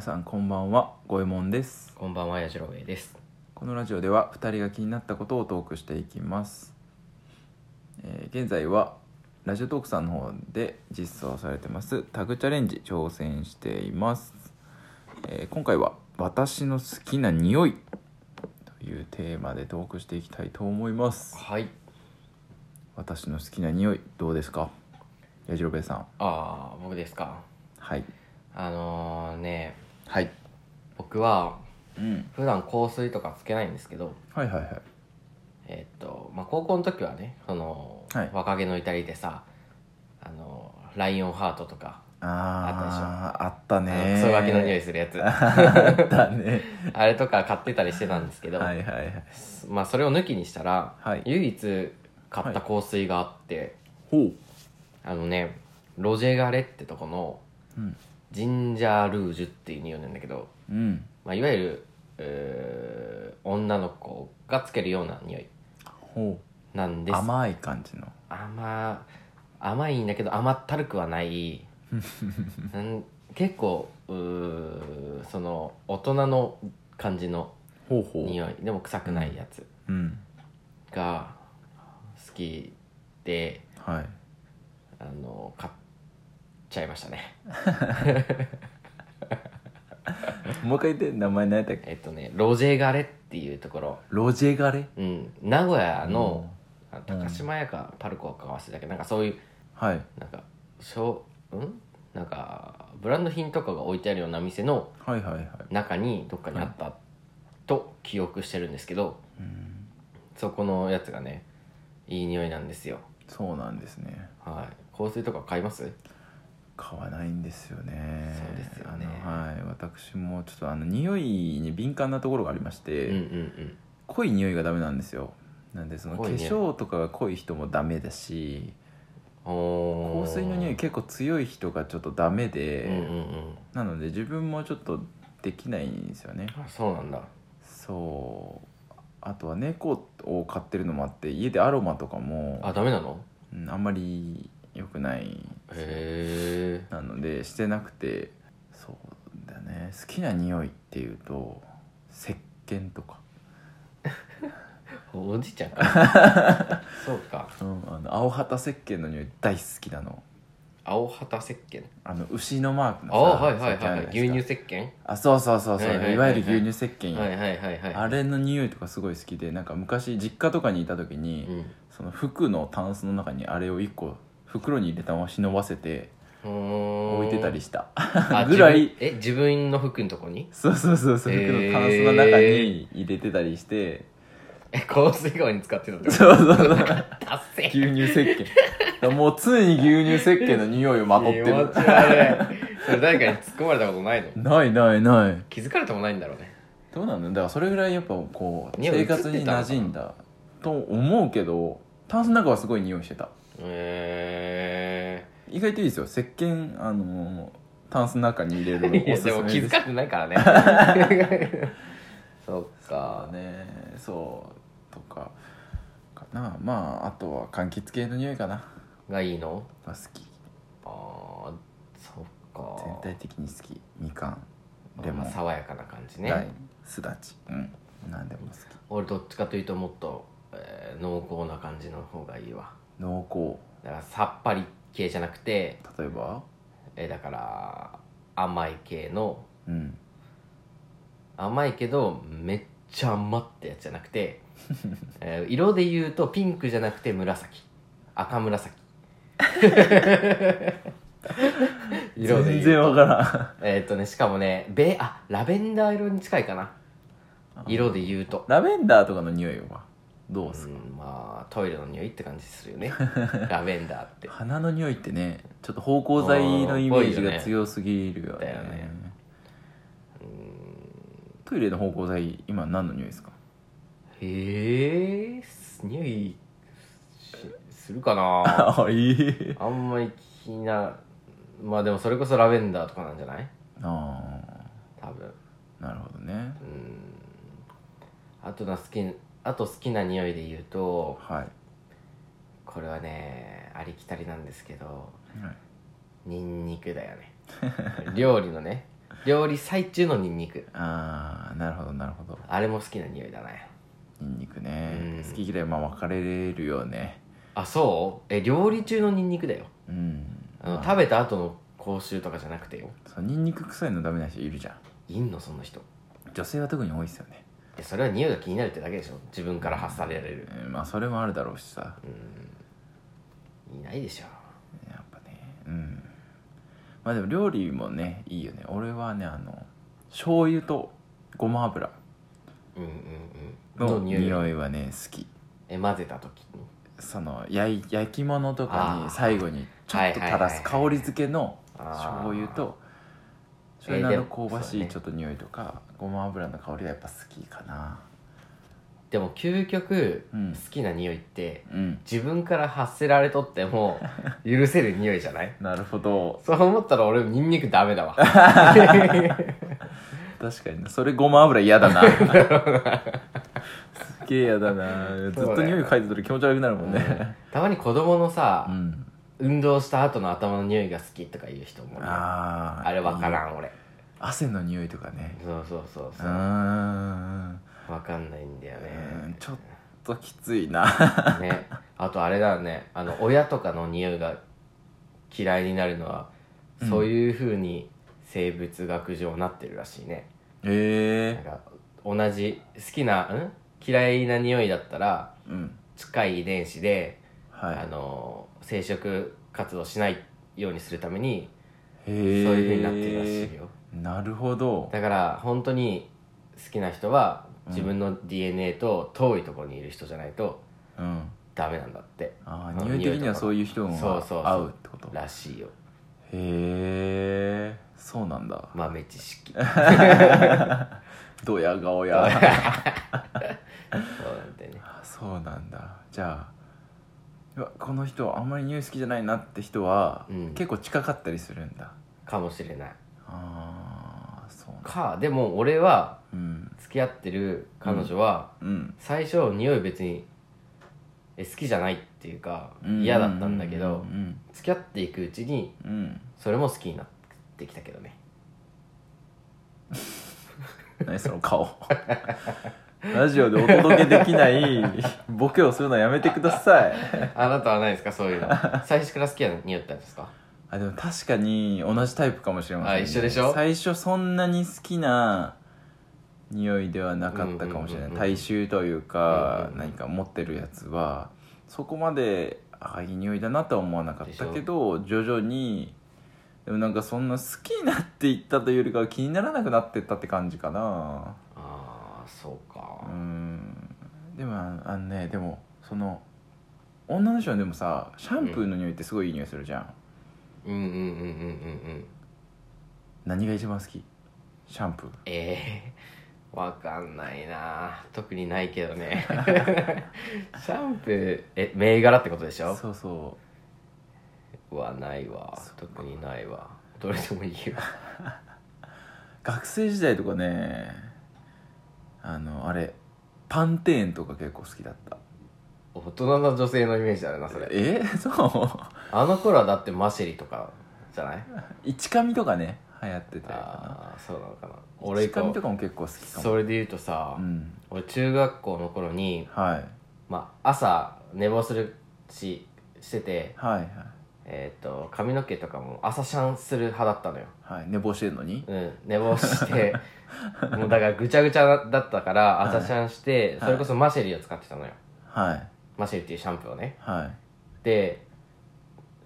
さんこんばんは五右衛門ですこんばんは、やじろべえです。このラジオでは2人が気になったことをトークしていきます、えー現在はラジオトークさんの方で実装されてますタグチャレンジ挑戦しています、えー今回は「私の好きな匂い」というテーマでトークしていきたいと思いますはい。私の好きな匂いどうですかやじろべえさんああ、僕ですか。はいあのー、ね、はい、僕はうん、普段香水とかつけないんですけど、はいはいはいえっと、まあ、高校の時はね、その、はい若気の至りでさ、あの、ライオンハートとか、あーあったあのねクソガキの匂いする やつ、あったね あれとか買ってたりしてたんですけど、はいはいはいまあ、それを抜きにしたら、はい唯一買った香水があって、ほう、あのね、ロジェガレってとこの、うんジンジャールージュっていう匂いなんだけど、うん、まあ、いわゆる、えー女の子がつけるような匂いほなんうです甘い感じの甘甘いんだけど甘ったるくはないうん結構うーその大人の感じのほうほう匂いでも臭くないやつうんが好きではいあの買っちゃいましたねもう一回言って名前何やったっけえっとねロジェガレっていうところ、ロジェガレうん、名古屋の、あ高島屋かパルコか合わせだけどなんかそういうはいなんかしょうんなんかブランド品とかが置いてあるような店のはいはいはい中にどっかにあったと記憶してるんですけど、そこのやつがねいい匂いなんですよそうなんですねはい香水とか買います買わないんですよねそうですよねあのはい私もちょっとあの匂いに敏感なところがありましうて、んうんうん濃い匂いがダメなんですよなんでその化濃いね粧とかが濃い人もダメだしおー香水の匂い結構強い人がちょっとダメで、うんうんうんなので自分もちょっとできないんですよねあそうなんだそうあとは猫を飼ってるのもあって家でアロマとかもあダメなのうんあんまり良くないへえなのでしてなくてそうだね好きな匂いっていうと石鹸とか、おじいちゃんか そうかうん、あの青旗石鹸の匂い大好きなの青旗石鹸あの牛のマークのああはいはい石鹸あはるいじゃな牛乳ですか石鹸あそうそうそうそう、はいいはいはいわはいゆる牛乳石鹸、はいはいはいはいあれの匂いとかすごい好きでなんか昔実家とかにいた時に、うんその服のタンスの中にあれを1個袋に入れたまま忍ばせて置置いてたりした あぐらい自分え自分の服のとこに そうそうそうそうへ服ーのタンスの中に入れてたりして、え香水代わりに使ってたってことそうそうそう達成牛乳石鹸だからもう常に牛乳石鹸の匂いをまとって気持るち悪いそれ誰かに突っ込まれたことないのないないない気づかれてもないんだろうねどうなんだだからそれぐらいやっぱこう匂い生活に馴染んだと思うけどタンスの中はすごい匂いしてたえ意外といいですよ石鹸あのタンスの中に入れるー、いのおやすすでもめ気ですづかれてないからねそうあかねそうとかかなまああとは柑橘系の匂いかながいいのが好きあーそうか全体的に好きみかんレモまンあ爽やかな感じライねムすだちうん何でも好き俺どっちかというともっと、えー濃厚な感じの方がいいわ濃厚だからさっぱり系じゃなくて例えばえーだから甘い系のうん甘いけどめっちゃ甘ってやつじゃな くて、えー色で言うとピンクじゃなくて紫赤 紫色全で言う然わからえーっとねしかもねベあラベンダー色に近いかなん色で言うと、ラベンダーとかの匂いはどうっすうか、ん、まあトイレの匂いって感じするよ ねラベンダーって花の匂いってねちょっと芳香剤のイメージが強すぎるよねだよねトイレの芳香剤今何の匂いですかへえ匂いしするかなあいいあんまり気になまあでもそれこそラベンダーとかなんじゃないあ多分あなるほどねあとな好きあと好きな匂いで言うとはいこれはねありきたりなんですけどはいニンニクだよね料理のね料理最中のニンニクああなるほどなるほどあれも好きな匂いだねニンニクね、うん好き嫌いまあ分かれるよねあそうえ料理中のニンニクだようんあのまあ食べた後の口臭とかじゃなくてよそうニンニク臭いのダメな人いるじゃんいんのそんな人女性は特に多いですよね、えそれは匂いが気になるってだけでしょ自分から発されられるうんまあそれもあるだろうしさいないでしょやっぱねうんまあでも料理もねいいよね俺はねあの醤油とごま油うんうんうんのい匂いはね好きえ混ぜた時にその焼い焼き物とかあーに最後にちょっとはいはい垂はいらはいす香り付けのあー醤油とえー醤油のあでもの香ばそうしだいねちょっと匂いとかごま油の香りはやっぱ好きかなでも究極、うん好きな匂いってうん自分から発せられとっ ても許せる匂いじゃないなるほどそう思ったら俺ニンニクダメだ わ確かになそれごま油嫌だ なすげえ嫌だなずっと匂い嗅いでたら気持ち悪くなるもんねたまに子供のさ、うん運動した後の頭の匂いが好きとか言う人もねああーれ分かいいらん俺汗の匂いとかねそうそうそううそうーん分かんないんだようんねちょっときつい なねあとあれだねあの親とかの匂いが嫌いになるのは、そういうふうに生物学上なってるらしいねへなんえか同じ好きなん嫌いな匂いだったらうん近い遺伝子で、はいあの生殖活動しないようにするためにへそうえいうふうになってるらしいよ、なるほどだから本当に好きな人は自分の DNA と遠いところにいる人じゃないとうんダメなんだって、ああーの匂い的にはそういういう人そうがそうそう合うってことへらしいよえそうなんだ豆知識ドヤ顔や そうなんだよねそうなんだじゃあうわこの人あんまり匂い好きじゃないなって人は、うん結構近かったりするんだかもしれないああそうなんだかでも俺はうん付き合ってる彼女は、うん最初匂い別にえ好きじゃないっていうか嫌だったんだけど、うん付き合っていくうちにうんうんそれも好きになってきたけどね 何その 顔ラジオでお届けできないボケをするのはやめてくださいあなたはないですかそういうの最初から好きな匂いだったんですかあでも確かに同じタイプかもしれません、あ一緒でしょ最初そんなに好きな匂いではなかったかもしれない、うんうんうんうん大衆というか、うんうんうん何か持ってるやつはそこまであいい匂いだなとは思わなかったけど徐々にでもなんかそんな好きになっていったというよりかは気にならなくなってったって感じかな ああそううかんでもああのねでもその女の人はでもさシャンプーの匂いってすごいいい匂いするじゃんうんうんうんうんうんうん何が一番好きシャンプーえー、わかんないな特にないけ どねシャンプーえ銘柄ってことでしょそうそうわないわそっか特にないわどれでもいいよう学生時代とかねあのあれパンテーンとか結構好きだった大人の女性のイメージあるなそれえ そうあの頃はだってマシェリとかじゃない一髪とかね流行ってたよなああそうなのかな俺一髪ことうかも結構好きかもそれで言うとさ、うん俺中学校の頃に、はいまあ、朝寝坊するししてて、はいはいえー、と髪の毛とかも朝シャンする派だったのよはい寝坊してんのにうん、寝坊して もうだからぐちゃぐちゃだったからはい朝シャンして、それこそマシェリを使ってたのよはいマシェリっていうシャンプーをねはいで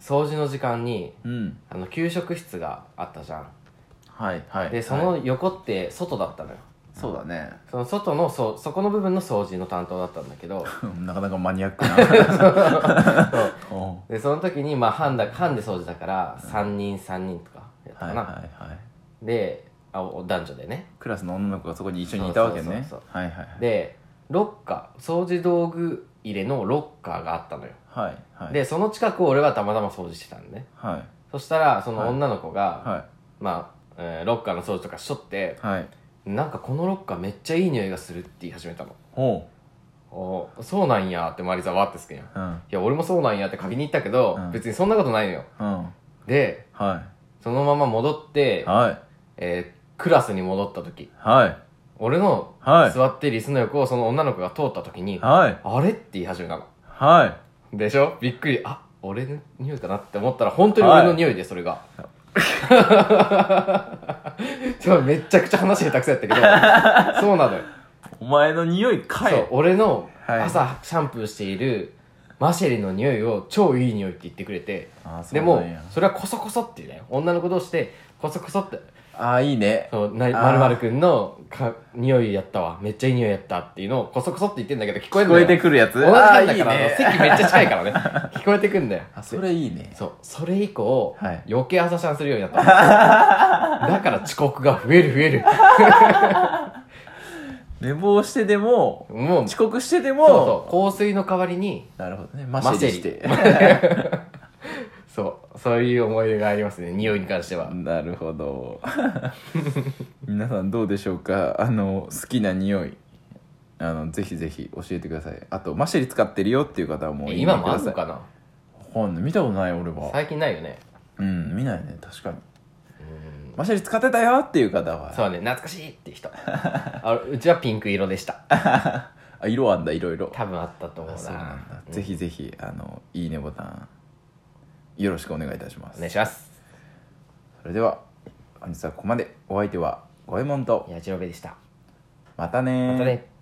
掃除の時間にうんあの給食室があったじゃんはいはいでそはいの横って外だったのよ、そうだねその外のそそこの部分の掃除の担当だったんだけど なかなかマニアック なそうおうでその時にまあ班だ班で掃除だから3人3人とかやっはたかいな、はいはいであお男女でねクラスの女の子がそこに一緒にいたわけねそうそうそうはいはいはいでロッカー掃除道具入れのロッカーがあったのよはいはいでその近くを俺はたまたま掃除してたんでねはいそしたらその女の子が、はまあ、えーロッカーの掃除とかしとっていはいなんかこのロッカーめっちゃいい匂いがするって言い始めたのおうおーそうなんやって周りざわってすくんやいうんや俺もそうなんやって嗅ぎに行ったけど、うん別にそんなことないのようんではそのまま戻っいてはいえーっクラスに戻った時はい俺のはい座ってる椅子の横をその女の子が通った時に、はいあれって言い始めたのはでしょびっくりあ俺の匂いかなって思ったら本当に俺の匂いでそれ が、ちょめっちゃくちゃ話下手くそやったけどそうなのよ、いお前の匂いかそうい俺のはい朝シャンプーしているマシェリの匂いを超いい匂いって言ってくれてあそうでなもんやそれはコソコソって言うね女の子同士でコソコソってあいいねそうなあーまるくんのか匂いやったわめっちゃいい匂いやったっていうのをコソコソって言ってんだけど聞こえ聞るんだこよえてくるやつ同じなんあだいかいらあのね席めっちゃ近いからね 聞こえてくんだよあそれいいねそうそれ以降、はい余計朝シャンするよう になったのだから遅刻が増える増える寝坊してでももう遅刻してでそうもそう香水の代わりになるほどねマシェリしてそうそういう思い出がありますね匂いに関してはなるほど 皆さんどうでしょうかあの好きな匂いあのぜひぜひ教えてくださいあとマシェリ使ってるよっていう方はもうえ今もあんんのかなわかんない見たことない俺は最近ないよねうん見ないね確かにうんマシェリ使ってたよっていう方はそうね懐かしいって人あうちはピンク色でしたあ色あんだいろいろ多分あったと思うなそうなんだ、うんぜひぜひあのいいねボタンよろしくお願いいたします、お願いしますそれでは本日はここまでお相手は五右衛門と矢印でしたまたねーまたね